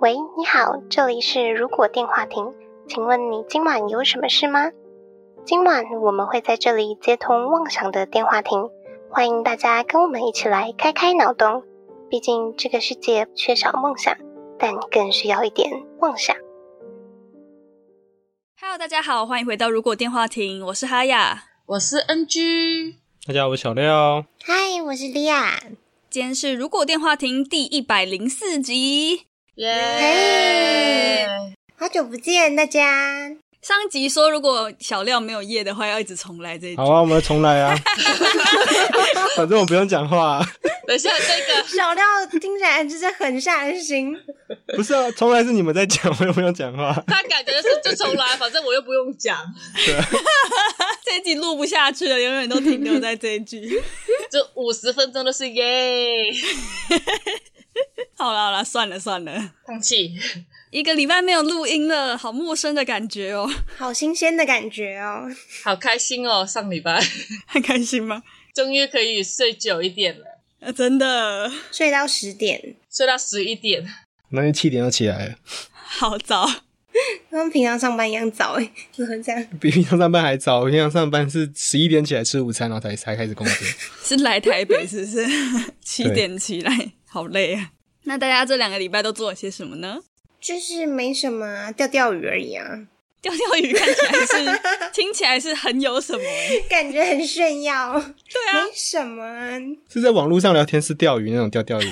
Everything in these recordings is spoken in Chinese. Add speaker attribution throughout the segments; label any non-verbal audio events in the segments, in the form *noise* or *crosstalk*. Speaker 1: 喂，你好，这里是如果电话亭，请问你今晚有什么事吗？今晚我们会在这里接通妄想的电话亭，欢迎大家跟我们一起来开开脑洞。毕竟这个世界缺少梦想，但更需要一点妄想。
Speaker 2: Hello，大家好，欢迎回到《如果电话亭》，我是哈雅。
Speaker 3: 我是 NG，
Speaker 4: 大家好，我是小廖。
Speaker 5: 嗨，我是莉亚。
Speaker 2: 今天是《如果电话亭》第一百零四集。
Speaker 3: 耶！
Speaker 5: 好久不见大家，
Speaker 2: 上一集说，如果小廖没有夜的话，要一直重来这一集。
Speaker 4: 好啊，我们重来啊， *laughs* 反正我不用讲话、啊。
Speaker 3: 等一下，这个
Speaker 5: 小廖听起来就是很善心，
Speaker 4: 不是啊，重来是你们在讲，我又不用讲话。
Speaker 3: 他感觉是就重 *laughs* 来，反正我又不用讲，
Speaker 2: 这一集 *laughs* 录不下去了，永远都停留在这一句。 *laughs*
Speaker 3: 就五十分钟都是耶，
Speaker 2: 好了好了，算了算了，
Speaker 3: 放弃。
Speaker 2: 一个礼拜没有录音了，好陌生的感觉哦，
Speaker 5: 好新鲜的感觉哦。 *laughs*
Speaker 3: 好开心哦，上礼拜 *laughs*
Speaker 2: 很开心吗？
Speaker 3: 终于可以睡久一点了，
Speaker 2: 呃真的
Speaker 5: 睡到十点，
Speaker 3: 睡到十一点。
Speaker 4: 那你七点就起来了，
Speaker 2: 好早，
Speaker 5: 跟平常上班一样早 *laughs* 哎，怎么这样？
Speaker 4: 比平常上班还早。我平常上班是十一点起来吃午餐，然后才才开始 *laughs* 工作。
Speaker 2: 是来台北是不是？ *laughs* 七点起来，好累啊。那大家这两个礼拜都做了些什么呢？
Speaker 5: 就是没什么啊，钓钓鱼而已啊，
Speaker 2: *laughs* 钓钓鱼看起来是，听起来是很有什 *laughs* 么欸、
Speaker 5: 感觉很炫耀，
Speaker 2: 对啊
Speaker 5: 没，什么啊。
Speaker 4: 是在网络上聊天，是钓鱼那种钓钓鱼。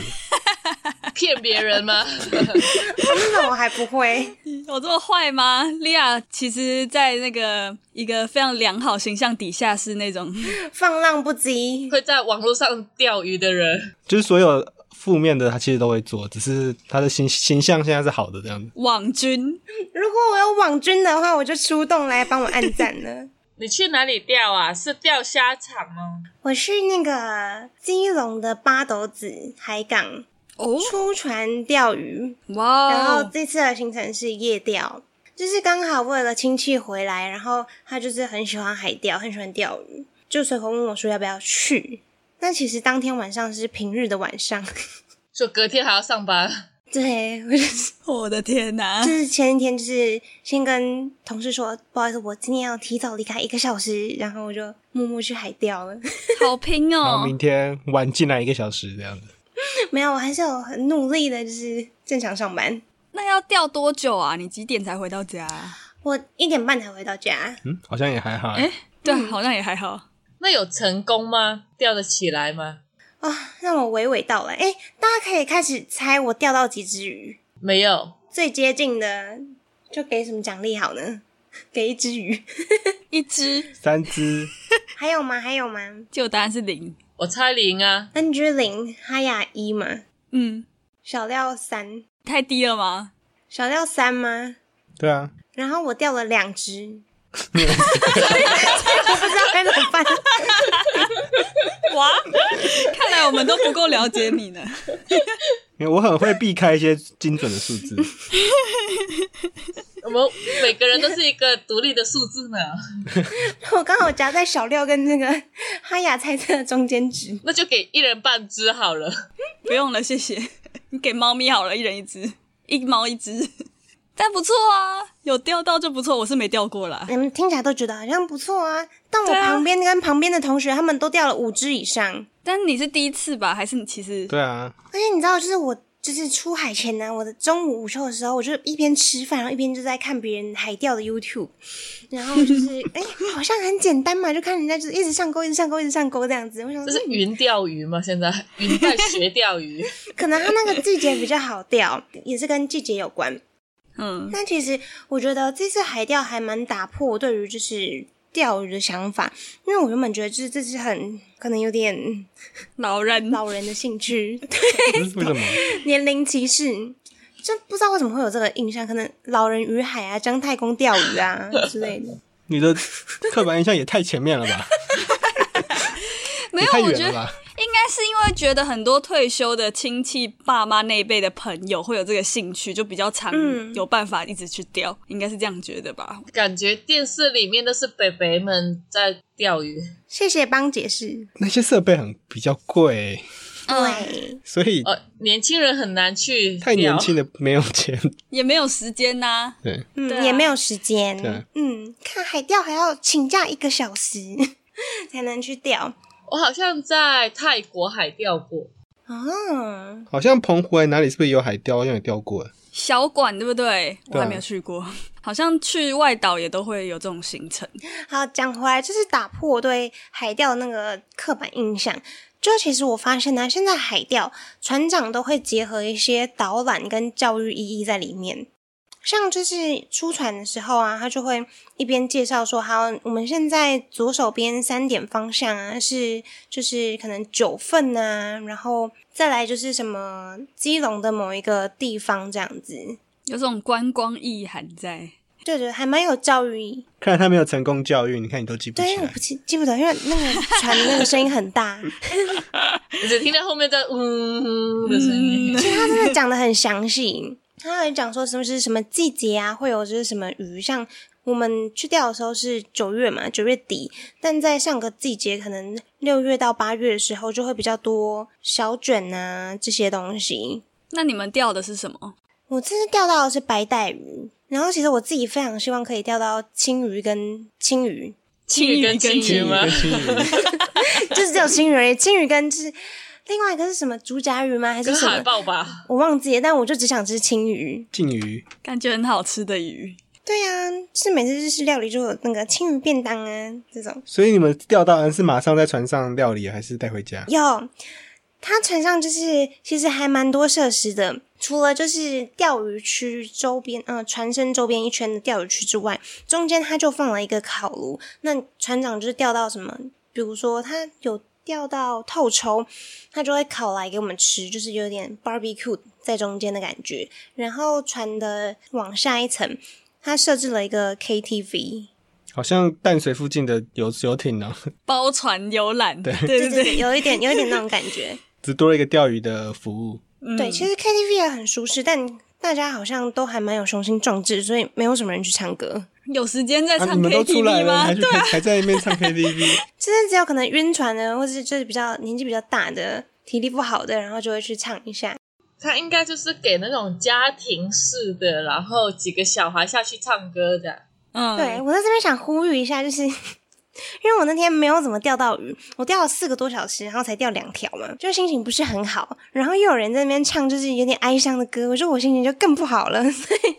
Speaker 3: 骗别人吗？ *laughs*
Speaker 5: 那种我还不会， *laughs*
Speaker 2: 有这么坏吗？莉亚其实，在那个一个非常良好形象底下，是那 *laughs* 种
Speaker 5: 放浪不羁，
Speaker 3: 会在网络上钓鱼的人，
Speaker 4: 就是所有负面的他其实都会做，只是他的形形象现在是好的这样子。
Speaker 2: 网军。
Speaker 5: 如果我有网军的话，我就出动来帮我按赞了。
Speaker 2: *laughs*
Speaker 3: 你去哪里钓啊？是钓虾场吗？
Speaker 5: 我是那个基隆的八斗子海港
Speaker 2: 哦，
Speaker 5: 出船钓鱼，然
Speaker 2: 哇
Speaker 5: 后
Speaker 2: 哦，
Speaker 5: 这次的行程是夜钓，就是刚好为了亲戚回来，然后他就是很喜欢海钓，很喜欢钓鱼，就随口问我说要不要去。但其实当天晚上是平日的晚上， *laughs*
Speaker 3: 就隔天还要上班，
Speaker 5: 对我就是
Speaker 2: 我的天哪、
Speaker 5: 就是前一天就是先跟同事说，不好意思，我今天要提早离开一个小时，然后我就默默去海钓了。
Speaker 2: *laughs*
Speaker 5: *laughs*
Speaker 2: 好拼
Speaker 4: 然
Speaker 2: 哦
Speaker 4: 后！明天晚进来一个小时这样子，
Speaker 5: 没有，我还是有很努力的，就是正常上班。
Speaker 2: 那要钓多久啊？你几点才回到家？
Speaker 5: 我一点半才回到家，
Speaker 4: 嗯，好像也还好、
Speaker 2: 哎对，好像也还好。
Speaker 3: 那有成功吗？钓得起来吗？
Speaker 5: 啊、让我娓娓道来。哎，大家可以开始猜我钓到几只鱼。
Speaker 3: 没有，
Speaker 5: 最接近的就给什么奖励好呢？给一只鱼。
Speaker 2: 一只，
Speaker 4: 三只，
Speaker 5: 还有吗？还有吗
Speaker 2: 就答案是零。
Speaker 3: 我猜零啊，
Speaker 5: ？NG 零，哈雅一吗？
Speaker 2: 嗯，
Speaker 5: 小廖三，
Speaker 2: 太低了吗？
Speaker 5: 小廖三吗？
Speaker 4: 对啊，
Speaker 5: 然后我钓了两只，我不知道该怎么办。
Speaker 2: 哇， *laughs* 看来我们都不够了解你呢。
Speaker 4: 因为我很会避开一些精准的数字。
Speaker 3: 我们每个人都是一个独立的数字呢，
Speaker 5: 我刚好夹在小廖跟那个哈雅猜测的中间值。
Speaker 3: 那就给一人半只好了。
Speaker 2: 不用了，谢谢。 *laughs* 你给猫咪好了，一人一只，一猫一只， *laughs* 但不错啊，有钓到就不错。我是没钓过啦，
Speaker 5: 你们听起来都觉得好像不错啊，但我
Speaker 2: 对啊
Speaker 5: 旁边跟旁边的同学他们都钓了五只以上。
Speaker 2: 但你是第一次吧？还是你其实
Speaker 4: 对啊，
Speaker 5: 而且你知道，就是我就是出海前呢、我的中午午休的时候，我就一边吃饭，然后一边就在看别人海钓的 YouTube，然后
Speaker 3: *laughs*
Speaker 5: 就是哎、好像很简单嘛，就看人家就是一直上钩，一直上钩，一直上钩这样子。我想
Speaker 3: 这
Speaker 5: 说，
Speaker 3: 是云钓鱼吗？现在云在学钓鱼，
Speaker 5: 可能它那个季节比较好钓，也是跟季节有关。
Speaker 2: 嗯，
Speaker 5: 但其实我觉得这次海钓还蛮打破我对于就是钓鱼的想法，因为我原本觉得就是这是很可能有点
Speaker 2: 老人
Speaker 5: 老人的兴趣，
Speaker 4: *laughs* 嗯为什么？
Speaker 5: 年龄歧视，就不知道为什么会有这个印象，可能老人与海啊、姜太公钓鱼啊
Speaker 2: *laughs*
Speaker 5: 之类的。
Speaker 4: 你的刻板印象也太前面了吧？
Speaker 2: *laughs* 没没
Speaker 4: 也
Speaker 2: 有，
Speaker 4: 太
Speaker 2: 我
Speaker 4: 远
Speaker 2: 觉
Speaker 4: 了
Speaker 2: 得
Speaker 4: 吧？
Speaker 2: 应该是因为觉得很多退休的亲戚、爸妈那一辈的朋友会有这个兴趣，就比较常
Speaker 5: 嗯
Speaker 2: 有办法一直去钓，应该是这样觉得吧。
Speaker 3: 感觉电视里面都是北北们在钓鱼，
Speaker 5: 谢谢帮解释。
Speaker 4: 那些设备很比较贵，
Speaker 2: 嗯，
Speaker 5: 对，
Speaker 4: 所以
Speaker 3: 呃，年轻人很难去
Speaker 4: 太年轻
Speaker 3: 了。
Speaker 4: 的没有钱。
Speaker 2: 也没有时间呐、
Speaker 4: 对，
Speaker 2: 对
Speaker 5: 嗯，
Speaker 2: 啊
Speaker 5: 也没有时间
Speaker 4: 对。
Speaker 5: 嗯，看海钓还要请假一个小时 *laughs* 才能去钓。
Speaker 3: 我好像在泰国海钓过，
Speaker 5: 哦，
Speaker 4: 好像澎湖还哪里是不是也有海钓？好像也钓过了。
Speaker 2: 小馆对不对？我
Speaker 4: 对啊
Speaker 2: 还没有去过，好像去外岛也都会有这种行程。
Speaker 5: 好，讲回来，就是打破我对海钓那个刻板印象。就其实我发现呢、现在海钓船长都会结合一些导览跟教育意义在里面。像就是出船的时候啊，他就会一边介绍说，好，我们现在左手边三点方向啊是就是可能九份啊，然后再来就是什么基隆的某一个地方这样子。
Speaker 2: 有这种观光意涵在，
Speaker 5: 对对，还蛮有教育意义。
Speaker 4: 看来他没有成功教育，你看你都记不
Speaker 5: 对，
Speaker 4: 起
Speaker 5: 因为我
Speaker 4: 来
Speaker 2: 啊
Speaker 5: 不。记记不得，因为那个船的那个声音
Speaker 4: *laughs*
Speaker 5: 很大。
Speaker 3: 你只听到后面在嗯的声音。
Speaker 5: 所以他真的讲的很详细。他有讲说什么是什么季节啊，会有就是什么鱼，像我们去钓的时候是九月嘛，九月底，但在上个季节可能六月到八月的时候就会比较多小卷啊这些东西。
Speaker 2: *laughs* 那你们钓的是什么？
Speaker 5: 我这次钓到的是白带鱼，然后其实我自己非常希望可以钓到青鱼跟青鱼，
Speaker 2: 青
Speaker 3: 鱼跟
Speaker 2: 青
Speaker 3: 青
Speaker 4: 青
Speaker 3: 鱼
Speaker 4: 鱼
Speaker 3: 吗
Speaker 4: 跟青鱼，
Speaker 5: 就是只有青鱼而已， *laughs* 青鱼跟就是另外一个是什么竹夹鱼吗？还是
Speaker 3: 跟
Speaker 5: 什
Speaker 3: 海
Speaker 5: 么？
Speaker 3: 豹吧，
Speaker 5: 我忘记了，但我就只想吃青鱼。
Speaker 4: 金鱼
Speaker 2: 感觉很好吃的鱼。
Speaker 5: 对呀、就是每次日式料理就有那个青鱼便当啊，这种
Speaker 4: 所以你们钓到的是马上在船上料理，还是带回家？
Speaker 5: 有。它船上就是其实还蛮多设施的，除了就是钓鱼区周边，嗯、船身周边一圈的钓鱼区之外，中间它就放了一个烤炉。那船长就是钓到什么，比如说他有钓到透抽，他就会烤来给我们吃，就是有点 barbecue 在中间的感觉。然后船的往下一层，它设置了一个 KTV，
Speaker 4: 好像淡水附近的游游艇呢、
Speaker 2: 包船游览，对
Speaker 5: 对
Speaker 2: 对
Speaker 5: 对对，有一点有一点那种感觉。
Speaker 4: 只多了一个钓鱼的服务。
Speaker 2: *laughs* 嗯
Speaker 5: 对，其实 KTV 也很舒适，但大家好像都还蛮有雄心壮志，所以没有什么人去唱歌。
Speaker 2: 有时间再
Speaker 4: 啊，
Speaker 2: 唱
Speaker 4: 你们都出来
Speaker 2: KTV
Speaker 4: 了，
Speaker 2: 吗？
Speaker 4: 还去
Speaker 2: 对啊，
Speaker 4: 还在那边唱
Speaker 2: *laughs*
Speaker 4: KTV，
Speaker 5: 真的只有可能晕船的，或是就是比较年纪比较大的、体力不好的，然后就会去唱一下。
Speaker 3: 他应该就是给那种家庭式的，然后几个小孩下去唱歌这样。
Speaker 2: 嗯，
Speaker 5: 对我在这边想呼吁一下，就是 *laughs* 因为我那天没有怎么钓到鱼，我钓了四个多小时，然后才钓两条嘛，就心情不是很好。然后又有人在那边唱，就是有点哀伤的歌，我觉得我心情就更不好了。所以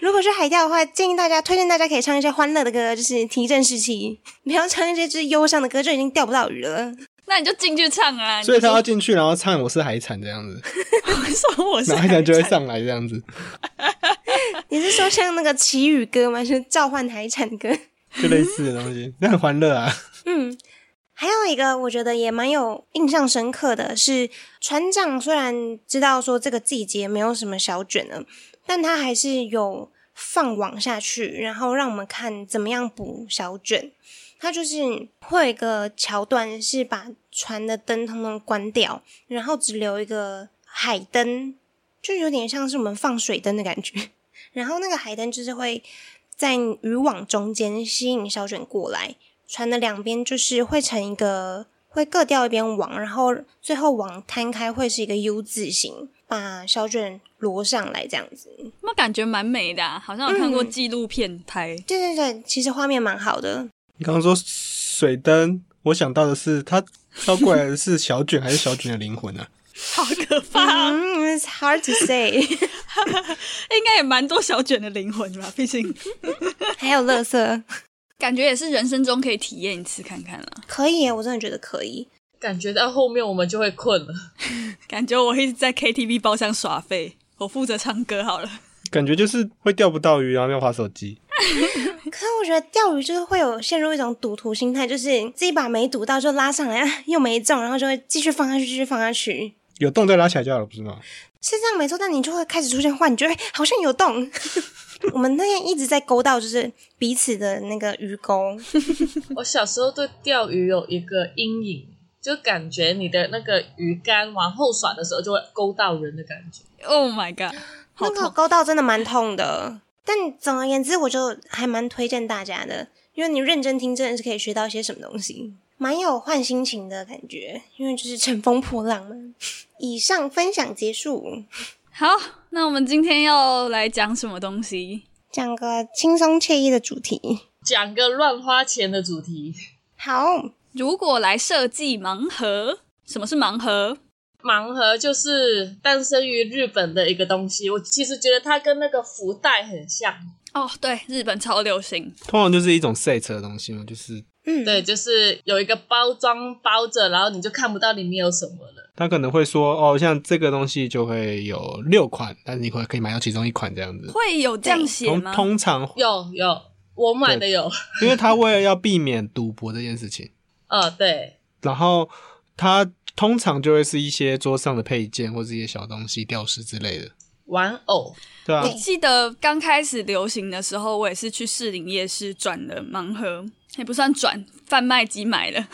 Speaker 5: 如果去海钓的话，建议大家推荐大家可以唱一些欢乐的歌，就是提振士气，不要唱一些就是忧伤的歌，就已经钓不到鱼了。 *laughs*
Speaker 2: 那你就进去唱啊。
Speaker 4: 所以他要
Speaker 2: 你
Speaker 4: 进去，然后唱我是海产这样子，
Speaker 2: 就 *laughs* 说我是
Speaker 4: 然后海产就会
Speaker 2: 海
Speaker 4: 上来这样子，
Speaker 5: 你是说像那个祈雨歌吗？就是召唤海产歌？
Speaker 4: 就类似的东西， *laughs* 那很欢乐啊。
Speaker 5: 嗯，还有一个我觉得也蛮有印象深刻的是，船长虽然知道说这个季节没有什么小卷了，但他还是有放网下去，然后让我们看怎么样捕小卷。他就是会有一个桥段是把船的灯通通关掉，然后只留一个海灯，就有点像是我们放水灯的感觉。 *laughs* 然后那个海灯就是会在渔网中间吸引小卷过来，船的两边就是会成一个会各掉一边网，然后最后网摊开会是一个 U 字形，把小卷罗上来这样子。
Speaker 2: 我感觉蛮美的、啊，好像有看过
Speaker 5: 嗯
Speaker 2: 纪录片拍。
Speaker 5: 对对对，其实画面蛮好的。
Speaker 4: 你刚刚说水灯，我想到的是他飘过来的是小卷还是小卷的灵魂啊？
Speaker 2: 好可怕、啊！
Speaker 5: 嗯，It's hard to say。
Speaker 2: *laughs*
Speaker 5: *laughs*
Speaker 2: 应该也蛮多小卷的灵魂吧，毕竟
Speaker 5: 还有乐色，
Speaker 2: *laughs* 感觉也是人生中可以体验一次看看啦。
Speaker 5: 可以耶，我真的觉得可以。
Speaker 3: 感觉到后面我们就会困了，
Speaker 2: 感觉我一直在 KTV 包厢耍废，我负责唱歌好了。
Speaker 4: 感觉就是会钓不到鱼，然后要划手机。
Speaker 5: 可是我觉得钓鱼就是会有陷入一种赌徒心态，就是自己把没赌到就拉上来，啊又没中，然后就会继续放下去，继续放下去。
Speaker 4: 有洞再拉起来就好了，不是吗？
Speaker 5: 是这样没错，但你就会开始出现幻觉，哎好像有洞。 *laughs* 我们那天一直在勾到，就是彼此的那个鱼钩，
Speaker 3: 我小时候对钓鱼有一个阴影，就感觉你的那个鱼竿往后甩的时候就会勾到人的感觉。
Speaker 2: Oh my god，好
Speaker 5: 那个
Speaker 2: 痛！
Speaker 5: 勾到真的蛮痛的。但总而言之，我就还蛮推荐大家的，因为你认真听，真的是可以学到一些什么东西，蛮有换心情的感觉。因为就是乘风破浪嘛。以上分享结束，
Speaker 2: 好，那我们今天要来讲什么东西？
Speaker 5: 讲个轻松惬意的主题。
Speaker 3: 讲个乱花钱的主题，
Speaker 5: 好，
Speaker 2: 如果来设计盲盒，什么是盲盒？
Speaker 3: 盲盒就是诞生于日本的一个东西。我其实觉得它跟那个福袋很像，
Speaker 2: 哦，对，日本超流行，
Speaker 4: 通常就是一种 set 的东西嘛，就是
Speaker 5: 嗯，
Speaker 3: 对，就是有一个包装包着，然后你就看不到里面有什么了。
Speaker 4: 他可能会说哦，像这个东西就会有六款，但是你会可以买到其中一款这样子。
Speaker 2: 会有这样写
Speaker 4: 通
Speaker 2: 吗？
Speaker 4: 通常，
Speaker 3: 有有，我买的有，
Speaker 4: 因为他为了要避免赌博这件事情，
Speaker 3: 呃，对，
Speaker 4: 然后他通常就会是一些桌上的配件或是一些小东西、吊饰之类的，
Speaker 3: 玩偶，
Speaker 4: 对啊，
Speaker 5: 对
Speaker 2: 记得刚开始流行的时候，我也是去士林夜市转的盲盒，也不算转，贩卖机买的。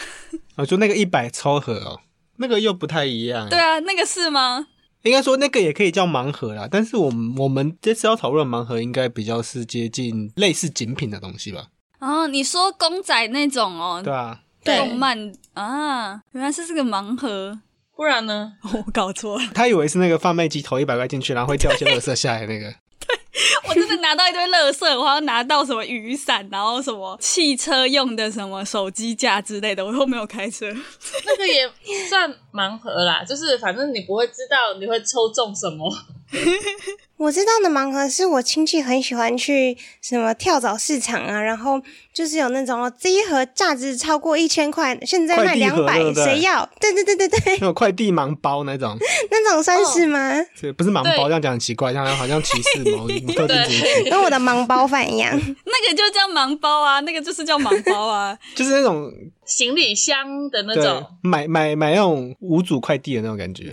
Speaker 4: 啊，就那个一百超盒哦，那个又不太一样。
Speaker 2: 对，啊，那个是吗？
Speaker 4: 应该说那个也可以叫盲盒啦，但是我们我们这次要讨论的盲盒，应该比较是接近类似精品的东西吧？
Speaker 2: 哦，你说公仔那种哦，
Speaker 4: 对啊，
Speaker 5: 对
Speaker 2: 动漫啊，原来是这个盲盒，
Speaker 3: 不然呢？
Speaker 2: 我搞错了，
Speaker 4: 他以为是那个贩卖机投一百块进去，然后会掉一些垃圾下来那个。
Speaker 2: *laughs* 我真
Speaker 5: *laughs*
Speaker 2: 的拿到一堆垃圾，我还要拿到什么雨伞，然后什么汽车用的什么手机架之类的，我又没有开车。 *laughs*
Speaker 3: 那个也算盲盒啦，就是反正你不会知道你会抽中什么。
Speaker 5: 我知道的盲盒是我亲戚很喜欢去什么跳蚤市场啊，然后就是有那种哦这一盒价值超过一千块，现在卖
Speaker 4: 快递
Speaker 5: 两
Speaker 4: 盒
Speaker 5: 百
Speaker 4: 对不，对
Speaker 5: 谁要？对对对对对，
Speaker 4: 那种快递盲包那种，
Speaker 5: 那种算是吗？ *laughs*
Speaker 4: 对，不是盲
Speaker 3: 对
Speaker 4: 包，这样讲很奇怪，这样好像歧视
Speaker 3: *laughs*
Speaker 4: 某某特定族群，
Speaker 3: 对，
Speaker 5: 跟我的盲包饭一样。
Speaker 2: 那个就叫盲包啊，那个就是叫盲包啊。
Speaker 4: 就是那种
Speaker 3: 行李箱的那
Speaker 4: 对
Speaker 3: 种，
Speaker 4: 买买买那种无主快递的那种感觉。
Speaker 2: 对
Speaker 5: *laughs*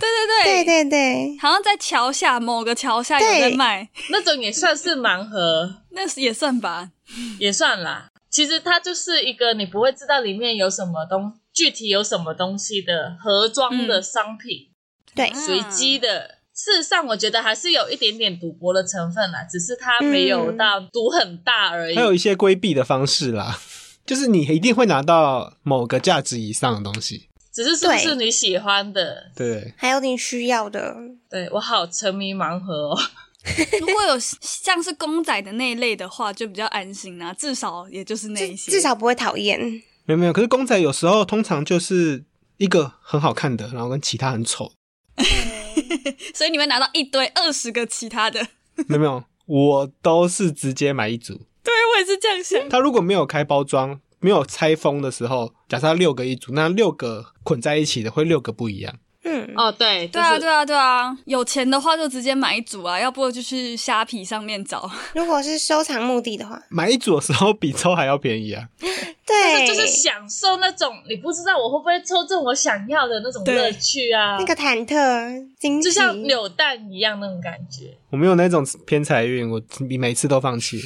Speaker 2: 对对，
Speaker 5: 对对对，
Speaker 2: 好像在桥下某个桥下有在
Speaker 5: 对
Speaker 2: 卖，
Speaker 3: 那种也算是盲盒，
Speaker 2: *laughs* 那是也算吧。
Speaker 3: 也算啦。其实它就是一个你不会知道里面有什么东，具体有什么东西的盒装的商品，
Speaker 5: 对
Speaker 2: 嗯
Speaker 3: 随机的。事实上，我觉得还是有一点点赌博的成分啦，只是它没有
Speaker 5: 嗯
Speaker 3: 到赌很大而已。
Speaker 4: 还有一些规避的方式啦， *laughs* 就是你一定会拿到某个价值以上的东西。
Speaker 3: 只是是不是
Speaker 5: 对
Speaker 3: 你喜欢的？
Speaker 4: 对，
Speaker 5: 还有你需要的，
Speaker 3: 对我好沉迷盲盒哦。
Speaker 2: 如果有像是公仔的那一类的话，就比较安心啦、至少也就是那一些。
Speaker 5: 至少不会讨厌。
Speaker 4: 没有没有，可是公仔有时候通常就是一个很好看的，然后跟其他很丑。 *laughs*
Speaker 2: 所以你会拿到一堆二十个其他的。 *laughs*
Speaker 4: 没有没有，我都是直接买一组。
Speaker 2: 对我也是这样想。
Speaker 4: 它如果没有开包装，没有拆封的时候，假设它六个一组，那六个捆在一起的会六个不一样。
Speaker 5: 嗯，
Speaker 3: 哦，对，
Speaker 2: 对啊，对啊，对啊，有钱的话就直接买一组啊，要不就去虾皮上面找。
Speaker 5: 如果是收藏目的的话，
Speaker 4: 买一组的时候比抽还要便宜啊！
Speaker 5: 对，
Speaker 3: 就是享受那种你不知道我会不会抽中我想要的那种
Speaker 2: 对
Speaker 3: 乐趣啊，
Speaker 5: 那个忐忑、惊喜，
Speaker 3: 就像扭蛋一样那种感觉。
Speaker 4: 我没有那种偏财运，我每次都放弃。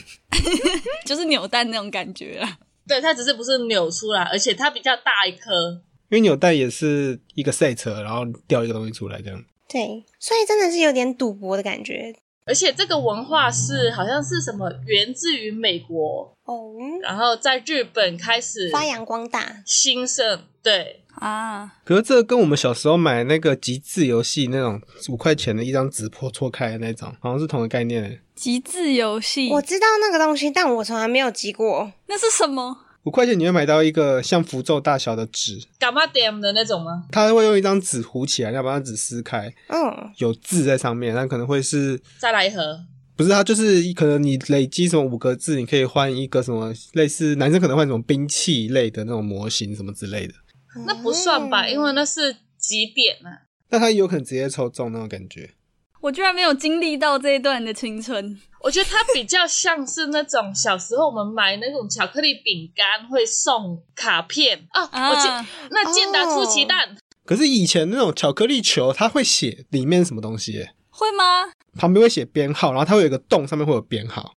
Speaker 2: 就是扭蛋那种感觉啊啦。
Speaker 3: 对，它只是不是扭出来，而且它比较大一颗。
Speaker 4: 因为纽带也是一个赛车，然后掉一个东西出来这样。
Speaker 5: 对，所以真的是有点赌博的感觉
Speaker 3: 而且这个文化是好像是什么源自于美国，
Speaker 5: 哦，
Speaker 3: 然后在日本开始
Speaker 5: 发扬光大。
Speaker 3: 兴盛。对，
Speaker 2: 啊，
Speaker 4: 可是这跟我们小时候买那个极致游戏那种五块钱的一张纸破戳开的那种，好像是同一个概念欸。
Speaker 2: 极致游戏
Speaker 5: 我知道那个东西，但我从来没有集过。
Speaker 2: 那是什么？
Speaker 4: 五块钱你会买到一个像符咒大小的纸，
Speaker 3: 伽马 DM 的那种吗？
Speaker 4: 它会用一张纸糊起来，要把它纸撕开，
Speaker 5: 嗯，
Speaker 4: 有字在上面，那可能会是
Speaker 3: 再来一盒，
Speaker 4: 不是它就是可能你累积什么五个字，你可以换一个什么类似男生可能换什么兵器类的那种模型什么之类的，
Speaker 3: 那不算吧，
Speaker 5: 嗯
Speaker 3: 因为那是几点啊？
Speaker 4: 那它也有可能直接抽中那种感觉。
Speaker 2: 我居然没有经历到这一段的青春。
Speaker 3: 我觉得它比较像是那种小时候我们买那种巧克力饼干会送卡片啊，
Speaker 2: 啊
Speaker 3: 我记那健达出奇
Speaker 5: 哦
Speaker 3: 蛋，
Speaker 4: 可是以前那种巧克力球，它会写里面什么东西耶、
Speaker 2: 会吗？
Speaker 4: 旁边会写编号，然后它会有一个洞，上面会有编号。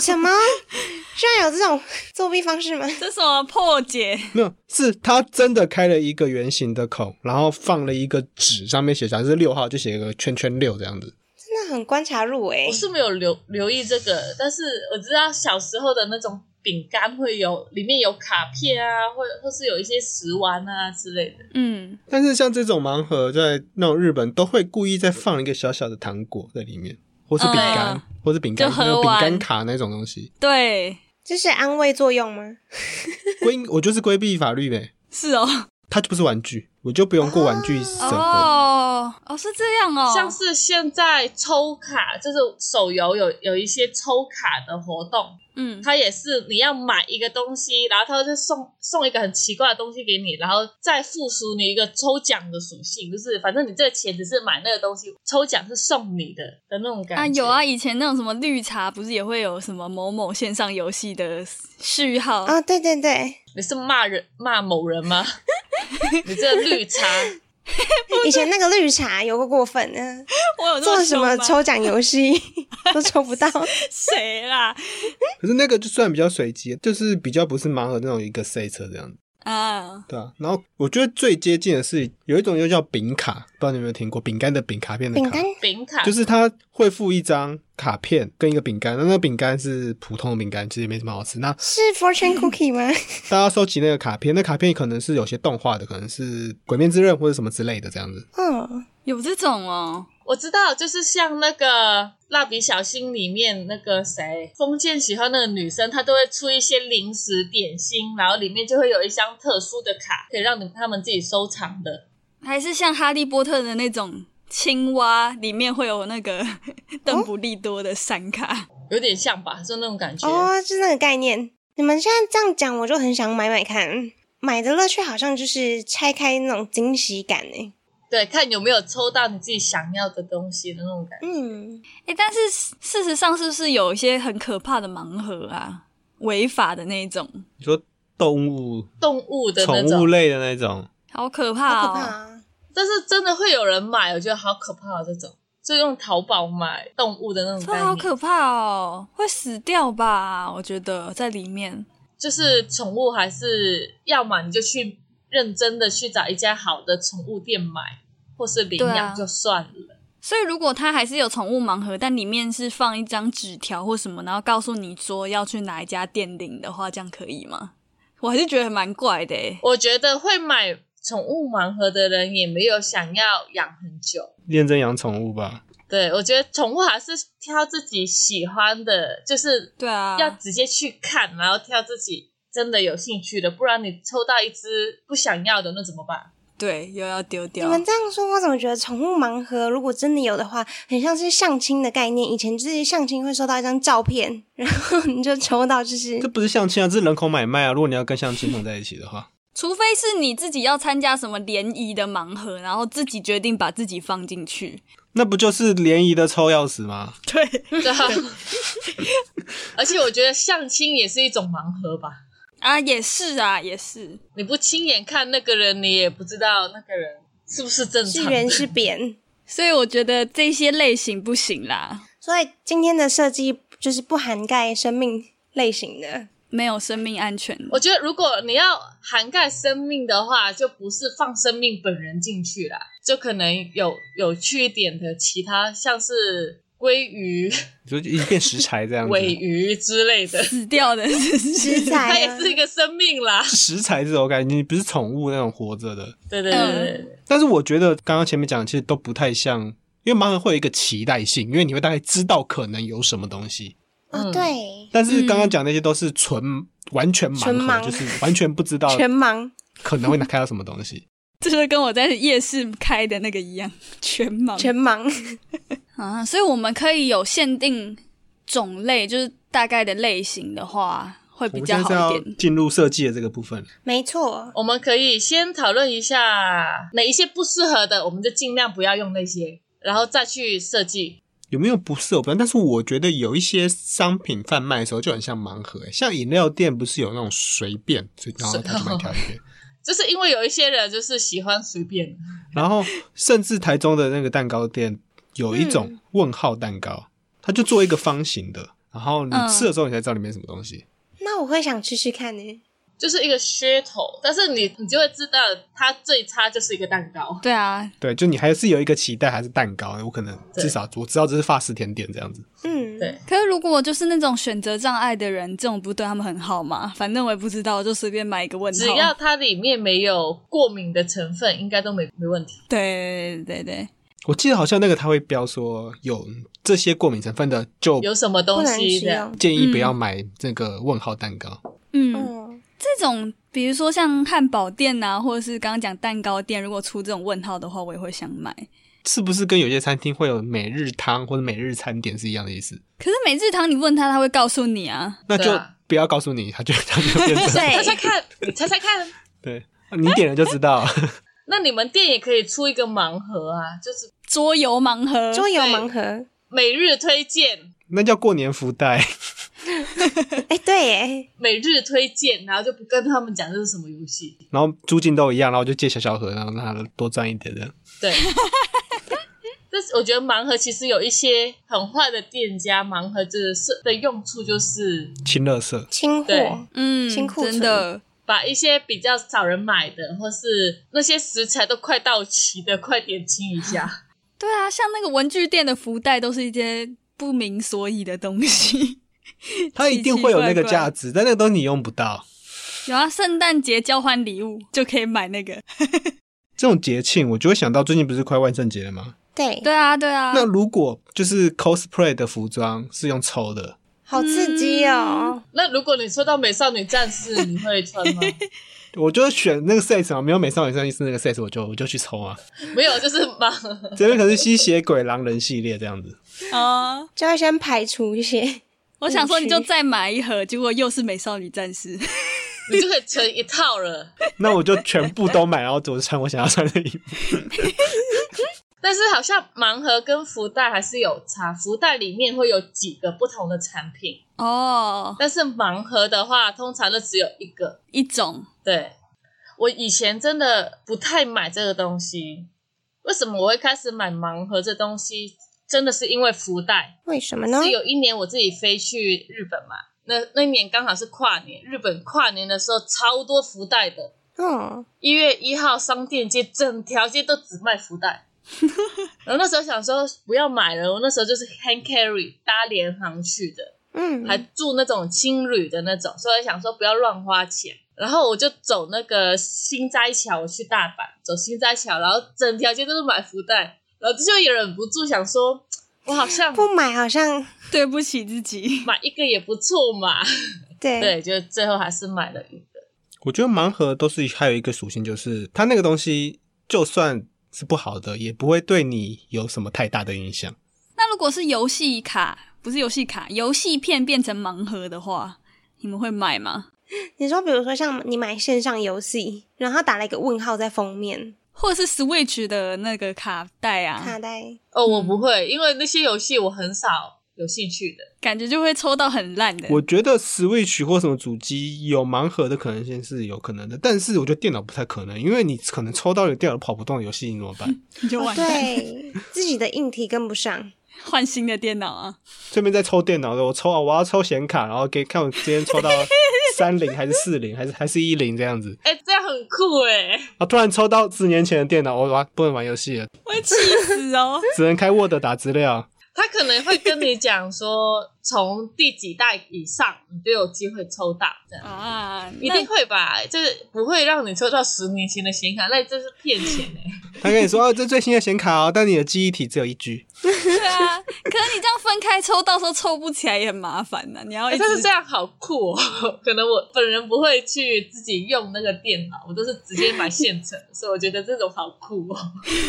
Speaker 5: 什么？ *laughs* 居然有这种作弊方式吗？ *laughs*
Speaker 2: 这什么破解？
Speaker 4: 没有，是他真的开了一个圆形的孔，然后放了一个纸，上面写假设是六号，就写个圈圈六这样子。
Speaker 5: 真的很观察入微
Speaker 3: 我。是没有留留意这个，但是我知道小时候的那种饼干会有里面有卡片啊，或或是有一些食玩啊之类的。
Speaker 2: 嗯，
Speaker 4: 但是像这种盲盒，在那种日本都会故意再放一个小小的糖果在里面，或是饼干，
Speaker 2: 嗯
Speaker 4: 或是饼干，
Speaker 2: 就盒
Speaker 4: 那种饼干
Speaker 2: 玩
Speaker 4: 卡那种东西。
Speaker 2: 对，
Speaker 5: 这是安慰作用吗？
Speaker 4: 规， *laughs* 我就是规避法律呗，
Speaker 2: 是哦，
Speaker 4: 它就不是玩具，我就不用过玩具审核。
Speaker 2: 哦，哦，是这样哦，
Speaker 3: 像是现在抽卡，就是手游有有一些抽卡的活动，
Speaker 2: 嗯，
Speaker 3: 它也是你要买一个东西，然后它就送送一个很奇怪的东西给你，然后再附属你一个抽奖的属性，就是反正你这个钱只是买那个东西，抽奖是送你的的那种感觉。
Speaker 2: 啊有啊，以前那种什么绿茶，不是也会有什么某某线上游戏的序
Speaker 3: 哦
Speaker 2: 号？
Speaker 5: 啊、对对对，
Speaker 3: *laughs* 你是骂人骂某人
Speaker 4: *laughs*
Speaker 3: 吗？你这绿茶，
Speaker 5: 以前那个绿茶有个过分呢，
Speaker 2: 我有这
Speaker 5: 做
Speaker 2: 么
Speaker 5: 什
Speaker 2: 凶
Speaker 5: 么
Speaker 2: 吗
Speaker 5: 抽奖游戏 *laughs* 都抽
Speaker 3: *laughs*
Speaker 5: 不到。
Speaker 2: 谁啦？
Speaker 4: 可是那个就算比较随机，就是比较不是盲盒那种一个 C 车这样子，
Speaker 2: 啊，
Speaker 4: 对啊。然后我觉得最接近的是有一种又叫饼卡，不知道你有没有听过饼干的饼卡片的
Speaker 5: 饼
Speaker 4: 卡
Speaker 5: 干，
Speaker 3: 饼卡
Speaker 4: 就是它会附一张卡片跟一个饼干，那那个饼干是普通的饼干，其实也没什么好吃。那
Speaker 5: 是 fortune cookie 吗？ *laughs*
Speaker 4: 大家收集那个卡片，那卡片可能是有些动画的，可能是《鬼面之刃》或者什么之类的这样子。
Speaker 5: 嗯，
Speaker 2: 有这种哦，
Speaker 3: 我知道，就是像那个蜡笔小新里面那个谁，封建喜欢那个女生，她都会出一些零食点心，然后里面就会有一张特殊的卡，可以让你他们自己收藏的。
Speaker 2: 还是像哈利波特的那种青蛙，里面会有那
Speaker 5: *laughs*
Speaker 2: 个邓布利多的闪卡。
Speaker 3: 有点像吧，就那种感觉。
Speaker 5: 哦，就是那个概念。你们现在这样讲，我就很想买买看。买的乐趣好像就是拆开那种惊喜感诶。
Speaker 3: 对，看有没有抽到你自己想要的东西的那种感觉。
Speaker 5: 嗯，
Speaker 2: 哎、但是事实上是不是有一些很可怕的盲盒啊，违法的那一种，
Speaker 4: 你说动物、
Speaker 3: 动物的那
Speaker 4: 宠物
Speaker 3: 种，
Speaker 4: 类的那种，
Speaker 2: 好可怕
Speaker 5: 好
Speaker 2: 哦！
Speaker 5: 可怕啊！
Speaker 3: 但是真的会有人买，我觉得好可怕哦，这种就用淘宝买动物的那种
Speaker 2: 这
Speaker 3: 概
Speaker 2: 好
Speaker 3: 念。
Speaker 2: 可怕哦，会死掉吧？我觉得在里面，
Speaker 3: 就是宠物还是要么你就去认真的去找一家好的宠物店买，或是领
Speaker 2: 对啊
Speaker 3: 养就算了。
Speaker 2: 所以如果它还是有宠物盲盒，但里面是放一张纸条或什么，然后告诉你说要去哪一家店领的话，这样可以吗？我还是觉得蛮怪的欸诶。
Speaker 3: 我觉得会买宠物盲盒的人也没有想要养很久。
Speaker 4: 认真养宠物吧。
Speaker 3: 对，我觉得宠物还是挑自己喜欢的，就是
Speaker 2: 对啊，
Speaker 3: 要直接去看，然后挑自己真的有兴趣的，不然你抽到一只不想要的，那怎么办？
Speaker 2: 对又要丢
Speaker 5: 你
Speaker 2: 掉，
Speaker 5: 们这样说，我怎么觉得宠物盲盒如果真的有的话，很像是相亲的概念。以前就是相亲会收到一张照片，然后你就抽到就是
Speaker 4: 这不是相亲啊，这是人口买卖啊。如果你要跟相亲混在一起的话，
Speaker 2: 除非是你自己要参加什么联谊的盲盒，然后自己决定把自己放进去。
Speaker 4: 那不就是联谊的抽钥匙吗？
Speaker 2: 对
Speaker 3: 对啊，而且我觉得相亲也是一种盲盒吧。
Speaker 2: 啊，也是啊，也是。
Speaker 3: 你不亲眼看那个人，你也不知道那个人是不是正
Speaker 5: 是
Speaker 3: 常欸的。
Speaker 5: 圆是扁。
Speaker 2: 所以我觉得这些类型不行啦，
Speaker 5: 所以今天的设计就是不涵盖生命类
Speaker 3: *laughs*
Speaker 5: 型的。
Speaker 2: 没有生命安全。
Speaker 3: 我觉得如果你要涵盖生命的话，就不是放生命本人进去啦，就可能有有趣一点的其他，像是鲑鱼、
Speaker 4: 你说一变食材这样子，
Speaker 3: 尾鱼之类的，
Speaker 2: 死掉的是
Speaker 5: 食
Speaker 2: 是
Speaker 5: 材、啊，
Speaker 3: 它也是一个生命啦。
Speaker 4: 是食材这种感觉，你不是宠物那种活着的。
Speaker 3: 对对对对对，
Speaker 4: 但是我觉得刚刚前面讲的其实都不太像，因为盲盒会有一个期待性，因为你会大概知道可能有什么东西。
Speaker 5: 哦，
Speaker 3: 嗯
Speaker 5: 对，
Speaker 4: 但是刚刚讲那些都是纯、完全盲
Speaker 2: 嗯
Speaker 5: 纯
Speaker 4: 盒，
Speaker 5: 盲
Speaker 4: 就是完全不知道
Speaker 5: 全盲。
Speaker 4: 可能会拿开到什么东西。
Speaker 2: *laughs* 这就跟我在夜市开的那个一样，全盲
Speaker 5: 全盲，
Speaker 2: 啊。所以我们可以有限定种类，就是大概的类型的话，会 *laughs*
Speaker 4: 我
Speaker 2: 比
Speaker 4: 们
Speaker 2: 较
Speaker 4: 现在是
Speaker 2: 好
Speaker 4: 要
Speaker 2: 一点。
Speaker 4: 进入设计的这个部分了。
Speaker 5: 没错，
Speaker 3: 我们可以先讨论一下哪一些不适合的，我们就尽量不要用那些，然后再去设计。
Speaker 4: 有没有不是我不知道，但是我觉得有一些商品贩卖的时候就很像盲盒、欸像饮料店不是有那种随便，所以然后他
Speaker 2: 哦
Speaker 4: 就卖调一遍。
Speaker 3: 就是因为有一些人就是喜欢随便，
Speaker 4: 然后甚至
Speaker 3: 嗯
Speaker 4: 台中的那个蛋糕店有一种问号蛋糕，它就做一个方形的，然后你
Speaker 2: 嗯
Speaker 4: 吃的时候你才知道里面什么东西。
Speaker 5: 那我会想吃吃看呢、
Speaker 3: 就是一个噱头，但是你你就会知道它最差就是一个蛋糕。
Speaker 2: 对啊，
Speaker 4: 对，就你还是有一个期待，还是蛋糕，我可能
Speaker 3: 对
Speaker 4: 至少我知道这是法式甜点这样子。
Speaker 5: 嗯，
Speaker 3: 对，
Speaker 2: 可是如果就是那种选择障碍的人，这种不对他们很好吗？反正我也不知道，我就随便买一个问号。
Speaker 3: 只要它里面没有过敏的成分，应该都没没问题。
Speaker 2: 对对对对，
Speaker 4: 我记得好像那个他会标说有这些过敏成分的，就
Speaker 3: 有嗯什么
Speaker 5: 不
Speaker 3: 东
Speaker 5: 能
Speaker 3: 西
Speaker 5: 吃
Speaker 3: 的？
Speaker 5: 用。
Speaker 4: 建议不要买这个问号蛋糕。
Speaker 2: 嗯，
Speaker 5: 嗯，
Speaker 2: 这种比如说像汉堡店呐、或者是刚刚讲蛋糕店，如果出这种问号的话，我也会想买。
Speaker 4: 是不是跟有些餐厅会有每日汤或者每日餐点是一样的意思？
Speaker 2: 可是每日堂你问他，他会告诉你啊。
Speaker 4: 那
Speaker 3: 对
Speaker 4: 就
Speaker 3: 啊
Speaker 4: 不要告诉你，他就 *laughs* 他就
Speaker 3: *laughs*
Speaker 4: 变成
Speaker 3: 猜
Speaker 5: 对
Speaker 3: 猜看，你猜猜看。
Speaker 4: 对，你点了就 *laughs* 知道。
Speaker 3: 那你们店也可以出一个盲盒啊，就是
Speaker 2: 桌游盲盒，
Speaker 5: 桌游
Speaker 3: 对
Speaker 5: 盲盒，
Speaker 3: 每日推荐，
Speaker 4: 那叫过年福袋，
Speaker 5: 哎、对耶，
Speaker 3: 每日推荐，然后就不跟他们讲这是什么游戏。
Speaker 4: 然后租金都一样，然后就借小小盒，然后让他多赚一点的。
Speaker 3: 对， *laughs* 但是我觉得盲盒其实有一些很坏的店家，盲盒这是的用处就是
Speaker 4: 亲
Speaker 2: *laughs*
Speaker 4: 乐色，
Speaker 5: 清
Speaker 3: 对
Speaker 5: 货，
Speaker 2: 嗯，
Speaker 5: 新库存
Speaker 2: 真的，
Speaker 3: 把一些比较少人买的，或是那些食材都快到期的，快点清一下。
Speaker 2: 对啊，像那个文具店的福袋都是一些不明所以的东西。 *laughs*
Speaker 4: 它一定会有那
Speaker 2: 奇奇怪
Speaker 4: 个
Speaker 2: 怪
Speaker 4: 价值，但那个东西你用不到。
Speaker 2: 有啊，圣诞节交换礼物就可以买那个。
Speaker 4: 这种节庆，我就会想到最近不是快万圣节了吗？
Speaker 5: 对，
Speaker 2: 对啊，对啊，
Speaker 4: 那如果就是 cosplay 的服装是用抽的，
Speaker 5: 好刺激哦！
Speaker 3: 那如果你说到美少女战士，你会穿吗？
Speaker 4: 我就选那个 size 嘛，没有美少女战士那个 size，我就我就去抽啊。
Speaker 3: 没有，就是盲盒。
Speaker 4: 这边可是吸血鬼狼人系列这样子，
Speaker 2: 啊，
Speaker 5: 就要先排除一些，
Speaker 2: 我想说你就
Speaker 5: 误区
Speaker 2: 再买一盒，结果又是美少女战士。 *laughs*
Speaker 3: 你就可以成一套了。
Speaker 4: 那我就全部都买，然后我就穿我想要穿的衣服。
Speaker 3: 但是好像盲盒跟福袋还是有差，福袋里面会有几个不同的产品，
Speaker 2: 哦，
Speaker 3: 但是盲盒的话，通常就只有一个。
Speaker 2: 一种
Speaker 3: 对，我以前真的不太买这个东西。为什么我会开始买盲盒这东西？真的是因为福袋。
Speaker 5: 为什么呢？
Speaker 3: 是有一年我自己飞去日本嘛，那那一年刚好是跨年，日本跨年的时候超多福袋的。
Speaker 5: 嗯，
Speaker 3: 一月一号商店街整条街都只卖福
Speaker 5: *laughs*
Speaker 3: 袋。然后那时候想说不要买了，我那时候就是 hand carry 搭联航去的。
Speaker 5: 嗯，
Speaker 3: 还住那种青旅的那种，所以想说不要乱花钱。然后我就走那个新斋桥，我去大阪走新斋桥，然后整条街都是买福袋，然后就有忍不住想说，我好像
Speaker 5: 不买好像
Speaker 2: *laughs* 对不起自己。
Speaker 3: 买一个也不错嘛。
Speaker 5: 对
Speaker 3: 对，就最后还是买了一个。
Speaker 4: 我觉得盲盒都是还有一个属性，就是它那个东西就算是不好的，也不会对你有什么太大的影响。
Speaker 2: 那如果是游戏卡，不是游戏卡，游戏片变成盲盒的话，你们会买吗？
Speaker 5: 你说，比如说像你买线上游戏，然后他打了一个问号在封面，
Speaker 2: 或者是 Switch 的那个卡带啊
Speaker 5: 卡，带
Speaker 3: 哦，
Speaker 2: 嗯
Speaker 3: 我不会，因为那些游戏我很少有兴趣的。
Speaker 2: 感觉就会抽到很烂的。
Speaker 4: 我觉得 Switch 或什么主机有盲盒的可能性是有可能的，但是我觉得电脑不太可能，因为你可能抽到有电脑跑不动的游戏，你怎么办？
Speaker 2: 你就
Speaker 5: 哦，
Speaker 2: 完蛋，
Speaker 5: 对，自己的硬体跟不上，
Speaker 2: *laughs* 换新的电脑啊。
Speaker 4: 这边在抽电脑的，我抽啊，我要抽显卡，然后给看我今天抽到三零还是四零还是还是一零这样子，
Speaker 3: 哎，这样很酷哎！
Speaker 4: 啊，突然抽到十年前的电脑，我玩不能玩游戏了，
Speaker 2: 我会气死哦！ *laughs*
Speaker 4: 只能开 Word 打资料。
Speaker 3: 他可能会跟你讲说，从第几代以上你就有机会抽到这样。
Speaker 2: 啊，
Speaker 3: 一
Speaker 2: 那
Speaker 3: 定会吧，就是不会让你抽到十年前的显卡，那真是骗钱哎、
Speaker 4: 他跟你说，哦，这最新的显卡哦，但你的记忆体只有一 G。
Speaker 2: 对啊，可是你这样分开抽，到时候抽不起来也很麻烦呐、你哦要一
Speaker 5: 哎
Speaker 3: 欸！
Speaker 2: 直
Speaker 3: 但是这样好酷哦， *laughs* 可能我本人不会去自己用那个电脑，我都是直接买现成的，所以我觉得这种好酷哦。
Speaker 2: *laughs*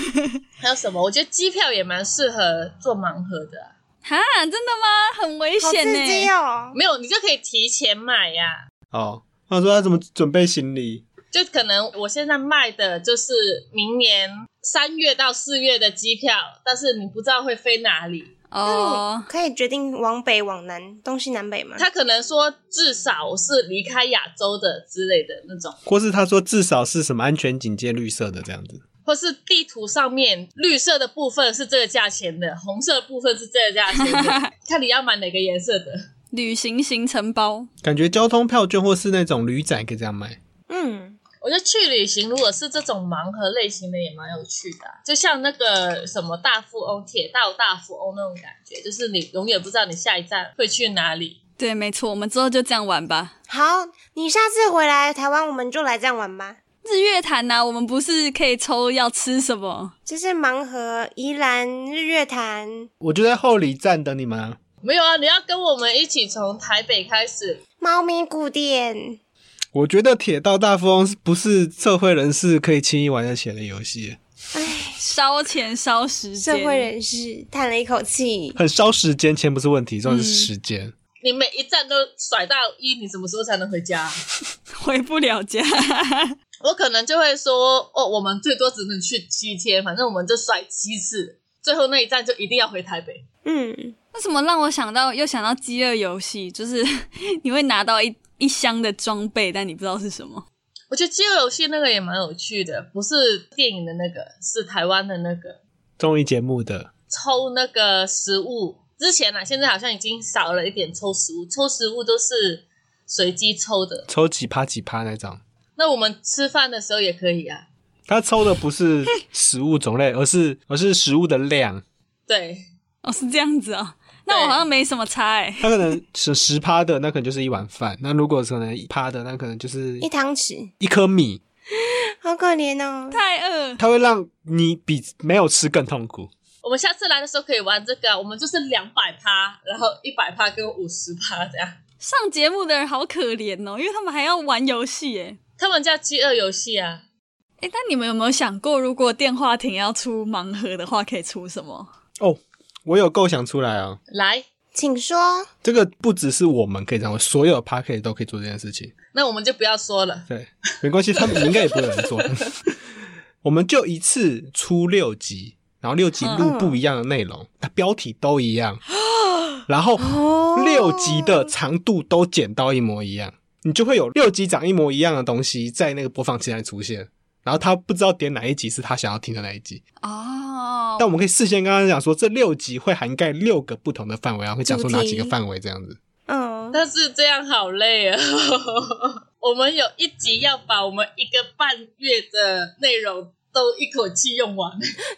Speaker 3: 还有什么？我觉得机票也蛮适合做盲盒的啊、
Speaker 2: 哈，真的吗？很 *laughs* 危
Speaker 5: 好
Speaker 2: 险呢、欸
Speaker 5: 刺激哦！
Speaker 3: 没有你就可以提前买呀、
Speaker 4: 哦，他说他怎么准备行李？
Speaker 3: 就可能我现在卖的就是明年三月到四月的机票，但是你不知道会飞哪里，
Speaker 2: 哦，
Speaker 5: 可以决定往北、往南、东西南北吗？
Speaker 3: 他可能说至少是离开亚洲的之类的那种，
Speaker 4: 或是他说至少是什么安全警戒绿色的这样子，
Speaker 3: 或是地图上面绿色的部分是这个价钱的，红色的部分是这个价钱的，看你要买哪个颜色的。
Speaker 2: 旅行行程包，
Speaker 4: 感觉交通票券或是那种旅展可以这样买。
Speaker 5: 嗯，
Speaker 3: 我觉得去旅行如果是这种盲盒类型的也蛮有趣的啊、就像那个什么大富翁铁道大富翁那种感觉，就是你永远不知道你下一站会去哪里。
Speaker 2: 对，没错，我们之后就这样玩吧。
Speaker 5: 好，你下次回来台湾，我们就来这样玩吧。
Speaker 2: 日月潭啊呐、我们不是可以抽要吃什么？
Speaker 5: 就是盲盒、宜兰、日月潭、
Speaker 4: 我就在后里站等你们啊！
Speaker 3: 没有啊，你要跟我们一起从台北开始，
Speaker 5: 猫咪古店。
Speaker 4: 我觉得铁道大富翁是不是社会人士可以轻易玩得起来的游戏，
Speaker 2: 烧钱烧时
Speaker 5: 社
Speaker 2: 间，
Speaker 5: 会人士叹了一口气。
Speaker 4: 很烧时间，钱不是问题，重要是时间。
Speaker 3: 你每一站都甩到一，你什么时候才能回家啊、
Speaker 2: 回不了家。 *laughs*
Speaker 3: 我可能就会说，哦，我们最多只能去七天，反正我们就甩七次，最后那一站就一定要回台北。
Speaker 5: 嗯，
Speaker 2: 为什么让我想到又想到饥饿游戏？就是你会拿到一一箱的装备，但你不知道是什么。
Speaker 3: 我觉得饥饿游戏那个也蛮有趣的，不是电影的那个，是台湾的那个
Speaker 4: 综艺节目的
Speaker 3: 抽那个食物。之前啊，现在好像已经少了一点抽食物，抽食物都是随机抽的。
Speaker 4: 抽几趴几趴那种，
Speaker 3: 那我们吃饭的时候也可以啊。
Speaker 4: 他抽的不是食物种类，而是而是食物的量。
Speaker 3: 对，
Speaker 2: 哦，是这样子哦。那我
Speaker 3: 对
Speaker 2: 好像没什么差哎、
Speaker 4: 他可能是十趴的，那可能就是一碗饭；那如果可能一趴的，那可能就是
Speaker 5: 一汤匙，
Speaker 4: 一颗米。
Speaker 5: 好可怜哦。
Speaker 2: 太饿。
Speaker 4: 它会让你比没有吃更痛苦。
Speaker 3: 我们下次来的时候可以玩这个啊、我们就是两百趴，然后一百趴跟五十趴这样。
Speaker 2: 上节目的人好可怜哦，因为他们还要玩游戏哎。
Speaker 3: 他们叫饥饿游戏啊。
Speaker 2: 哎，但你们有没有想过，如果电话亭要出盲盒的话，可以出什么？
Speaker 4: 哦，我有构想出来啊、哦，
Speaker 3: 来，
Speaker 5: 请说，
Speaker 4: 这个不只是我们可以这样，我所有 p a r k e t 都可以做这件事情。
Speaker 3: 那我们就不要说了。
Speaker 4: 对，没关系，他们应该也不会有人做。 *laughs* 我们就一次出六集，然后六集录不一样的内容，它标题都一 *gasps* 样，然后
Speaker 5: 哦
Speaker 4: 六集的长度都剪到一模一样，你就会有六集长一模一样的东西在那个播放器上出现。然后他不知道点哪一集是他想要听的那一集，
Speaker 2: 哦，
Speaker 4: 但我们可以事先跟他讲说，这六集会涵盖六个不同的范围，然后会讲说哪几个范围这样子。
Speaker 5: 嗯，
Speaker 3: 但是这样好累啊！ *laughs* 我们有一集要把我们一个半月的内容都一口气用完，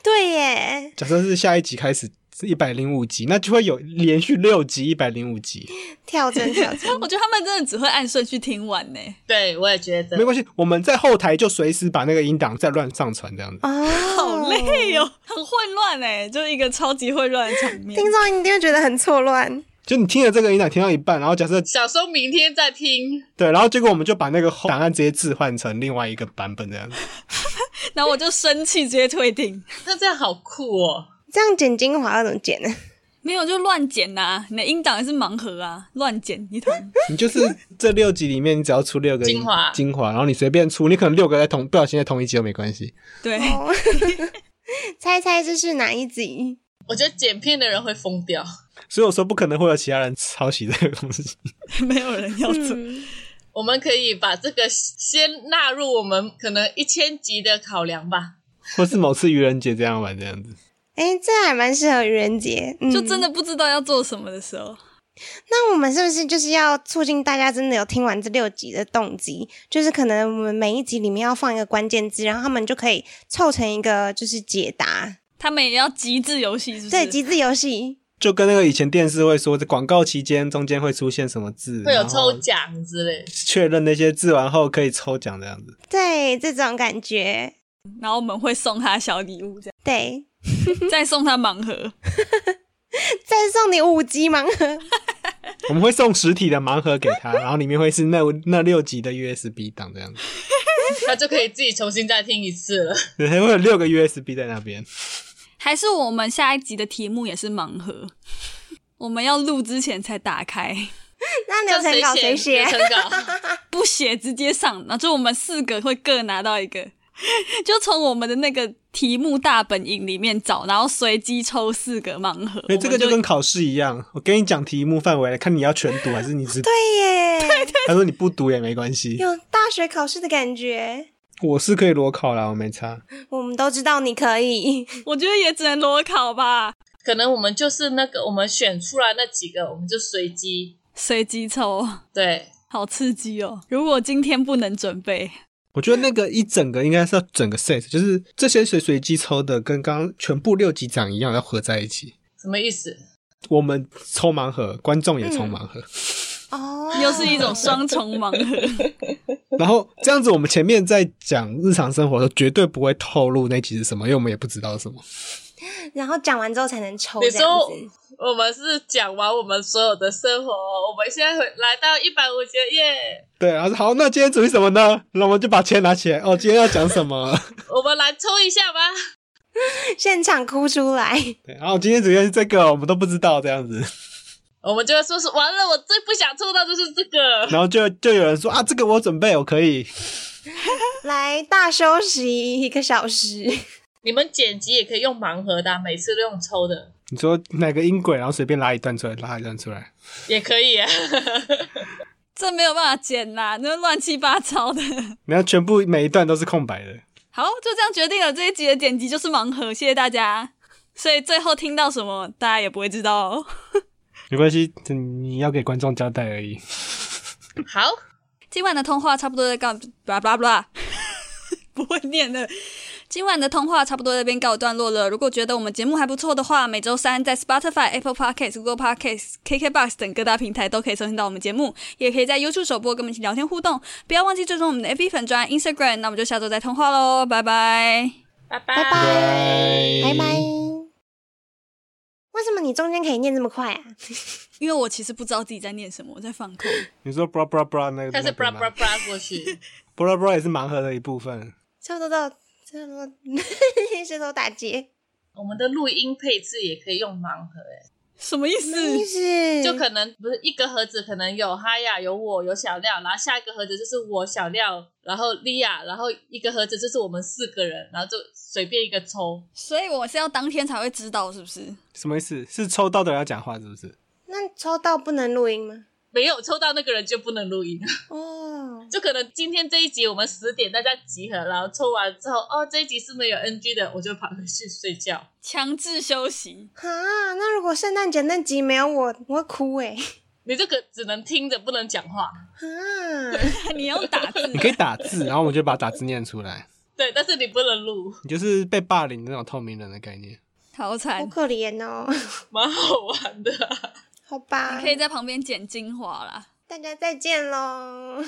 Speaker 5: 对耶，
Speaker 4: 假设是下一集开始是一百零五集，那就会有连续六集一百零五集，
Speaker 5: 跳针跳针
Speaker 2: *laughs* ，我觉得他们真的只会按顺序听完呢。
Speaker 3: 对我也觉得
Speaker 4: 没关系，我们在后台就随时把那个音档再乱上传这样子。
Speaker 5: 哦，
Speaker 2: *laughs* 好累哟、很混乱哎，就是一个超级混乱的场面。
Speaker 5: 听众一定会觉得很错乱。
Speaker 4: 就你听了这个音档听到一半，然后假设
Speaker 3: 想说明天再听，
Speaker 4: 对，然后结果我们就把那个后档案直接置换成另外一个版本这样子。
Speaker 2: 然后我就生气，直接退订。
Speaker 3: 那这样好酷哦！
Speaker 5: 这样剪精华要怎么剪呢？
Speaker 2: 没有就乱剪呐、你的音档也是盲盒啊，乱剪一通。
Speaker 4: 你就是这六集里面，你只要出六个音
Speaker 3: 精华
Speaker 4: 精华，然后你随便出，你可能六个在同不小心在同一集都没关系。
Speaker 2: 对，
Speaker 5: 哦 *laughs* 猜猜这是哪一集？
Speaker 3: 我觉得剪片的人会疯掉。
Speaker 4: 所以我说不可能会有其他人抄袭这个东西。
Speaker 2: 没有人要做。
Speaker 5: 嗯，
Speaker 3: 我们可以把这个先纳入我们可能一千集的考量吧。
Speaker 4: *laughs* 或是某次愚人节这样玩这样子。
Speaker 5: 哎，这还蛮适合愚人节，嗯
Speaker 2: 就真。的不知道要做什么的时候，
Speaker 5: 那我们是不是就是要促进大家真的有听完这六集的动机？就是可能我们每一集里面要放一个关键字，然后他们就可以凑成一个就是解答，
Speaker 2: 他们也要极致游戏，是不是？
Speaker 5: 对，集字游戏。
Speaker 4: 就跟那个以前电视会说，在广告期间中间会出现什么字，
Speaker 3: 会有
Speaker 4: 然后
Speaker 3: 抽奖之类，
Speaker 4: 确认那些字完后可以抽奖这样子。
Speaker 5: 对，这种感觉，
Speaker 2: 然后我们会送他小礼物，这
Speaker 5: 对，嗯
Speaker 2: 样再送他盲盒。
Speaker 5: 再送你五级盲盒，
Speaker 4: 我们会送实体的盲盒给他，然后里面会是那那六集的 USB 档这样子，
Speaker 3: 他就可以自己重新再听一次了。
Speaker 4: 对会有六个 USB 在那边。
Speaker 2: 还是我们下一集的题目也是盲盒，我们要录之前才打开，
Speaker 5: 那流程稿谁
Speaker 3: 写？
Speaker 5: 写
Speaker 3: 流？程稿。
Speaker 2: 不写直接上，然后就我们四个会各拿到一个， *laughs* 就从我们的那个题目大本营里面找，然后随机抽四个盲盒。
Speaker 4: 哎所以这个
Speaker 2: 我们
Speaker 4: 就跟考试一样，我跟你讲题目范围，看你要全读还是你只。
Speaker 5: *laughs* *laughs* 对耶，
Speaker 4: 他说你不读也没关系，
Speaker 5: 有大学考试的感觉。
Speaker 4: 我是可以裸考啦，我没差。
Speaker 5: 我们都知道你可以，
Speaker 2: 我觉得也只能裸考吧，
Speaker 3: 可能我们就是那个我们选出来那几个，我们就随机。
Speaker 2: 随机抽，
Speaker 3: 对，
Speaker 2: 好刺激哦！如果今天不能准备，
Speaker 4: 我觉得那个一整个应该是要整个 set，就是这些随随机抽的，跟刚刚全部六级长一样，要合在一起。
Speaker 3: 什么意思？
Speaker 4: 我们抽盲盒，观众也抽盲盒，
Speaker 5: 哦，
Speaker 2: 又是一种双重盲盒。 *laughs*
Speaker 4: 然后这样子，我们前面在讲日常生活的时候，绝对不会透露那集是什么，因为我们也不知道是什么。
Speaker 5: *laughs* 然后讲完之后才能抽
Speaker 3: 你
Speaker 5: 这样
Speaker 3: 说
Speaker 5: 子。
Speaker 3: 我们是讲完我们所有的生活，哦我们现在回来到一百五节耶，
Speaker 4: 对，然后说好，那今天主题什么呢？那我们就把钱拿起来。哦，今天要讲什么？ *laughs*
Speaker 3: 我们来抽一下吧。
Speaker 5: 现场哭出来，
Speaker 4: 对，然后今天主题是这个，我们都不知道这样子。
Speaker 3: 我们就会说是完了，我最不想抽到就是这个。
Speaker 4: 然后就就有人说啊，这个我准备，我可以。
Speaker 5: 来大休息一个小时。
Speaker 3: 你们剪辑也可以用盲盒的啊、每次都用抽的
Speaker 4: 你说哪个音轨，然后随便拉一段出来，拉一段出来。
Speaker 3: 也可以啊。 *laughs*
Speaker 2: 这没有办法剪啦，那乱七八糟的。 *laughs*
Speaker 4: 然后全部每一段都是空白的。
Speaker 2: 好，就这样决定了这一集的剪辑就是盲盒，谢谢大家。所以最后听到什么，大家也不会知道哦。
Speaker 4: 没关系，你要给观众交代而已。
Speaker 3: 好，
Speaker 2: 今晚的通话差不多在告，blah blah blah，不会念了。今晚的通话差不多在这边告一段落了。如果觉得我们节目还不错的话，每周三在 Spotify、Apple Podcasts、Google Podcasts、KKBox 等各大平台都可以收听到我们节目，也可以在 YouTube 首播跟我们一起聊天互动。不要忘记追踪我们的 FB 粉专 Instagram。那我们就下周再通话喽，拜拜。
Speaker 3: 拜
Speaker 5: 拜
Speaker 3: 拜。
Speaker 5: 拜
Speaker 4: 拜
Speaker 5: 拜拜。为什么你中间可以念这么快啊？
Speaker 2: 因为我其实不知道自己在念什么，我在放空。
Speaker 4: 你说 bra bra bra 那个，
Speaker 3: 但是
Speaker 4: 那
Speaker 3: bra
Speaker 4: 个吗
Speaker 3: bra bra 过去， *laughs*
Speaker 4: bra bra 也是盲盒的一部分。
Speaker 5: 差不多到 *laughs* 差不多，舌头打结，
Speaker 3: 我们的录音配置也可以用盲盒、欸，
Speaker 2: 什么意
Speaker 5: 意
Speaker 2: 思？
Speaker 5: 思
Speaker 3: 就可能不是一个盒子，可能有哈雅，有我，有小廖，然后下一个盒子就是我小廖，然后莉亚，然后一个盒子就是我们四个人，然后就随便一个抽。
Speaker 2: 所以我是要当天才会知道，是不是？
Speaker 4: 什么意思？是抽到的人要讲话是不是？
Speaker 5: 那抽到不能录音吗？
Speaker 3: 没有抽到那个人就不能录音，
Speaker 5: 哦，
Speaker 3: 就可能今天这一集我们十点大家集合，然后抽完之后，哦，这一集是没有 NG 的，我就跑回去睡觉。
Speaker 2: 强制休息。
Speaker 5: 哈，那如果圣诞节那集没有我，我会哭哎、
Speaker 3: 你这个只能听着，不能讲话。
Speaker 5: 哈，
Speaker 2: *laughs* 你用打字
Speaker 4: 你，可以打字，然后我们就把打字念出来。
Speaker 3: 对，但是你不能录，
Speaker 4: 你就是被霸凌的那种透明人的概念。
Speaker 2: *laughs* 好
Speaker 5: 好
Speaker 2: 惨。
Speaker 5: 可怜哦。
Speaker 3: 蛮好玩的啊、
Speaker 5: 好吧
Speaker 2: 可，以在旁边剪精华啦。
Speaker 5: 大家再见喽。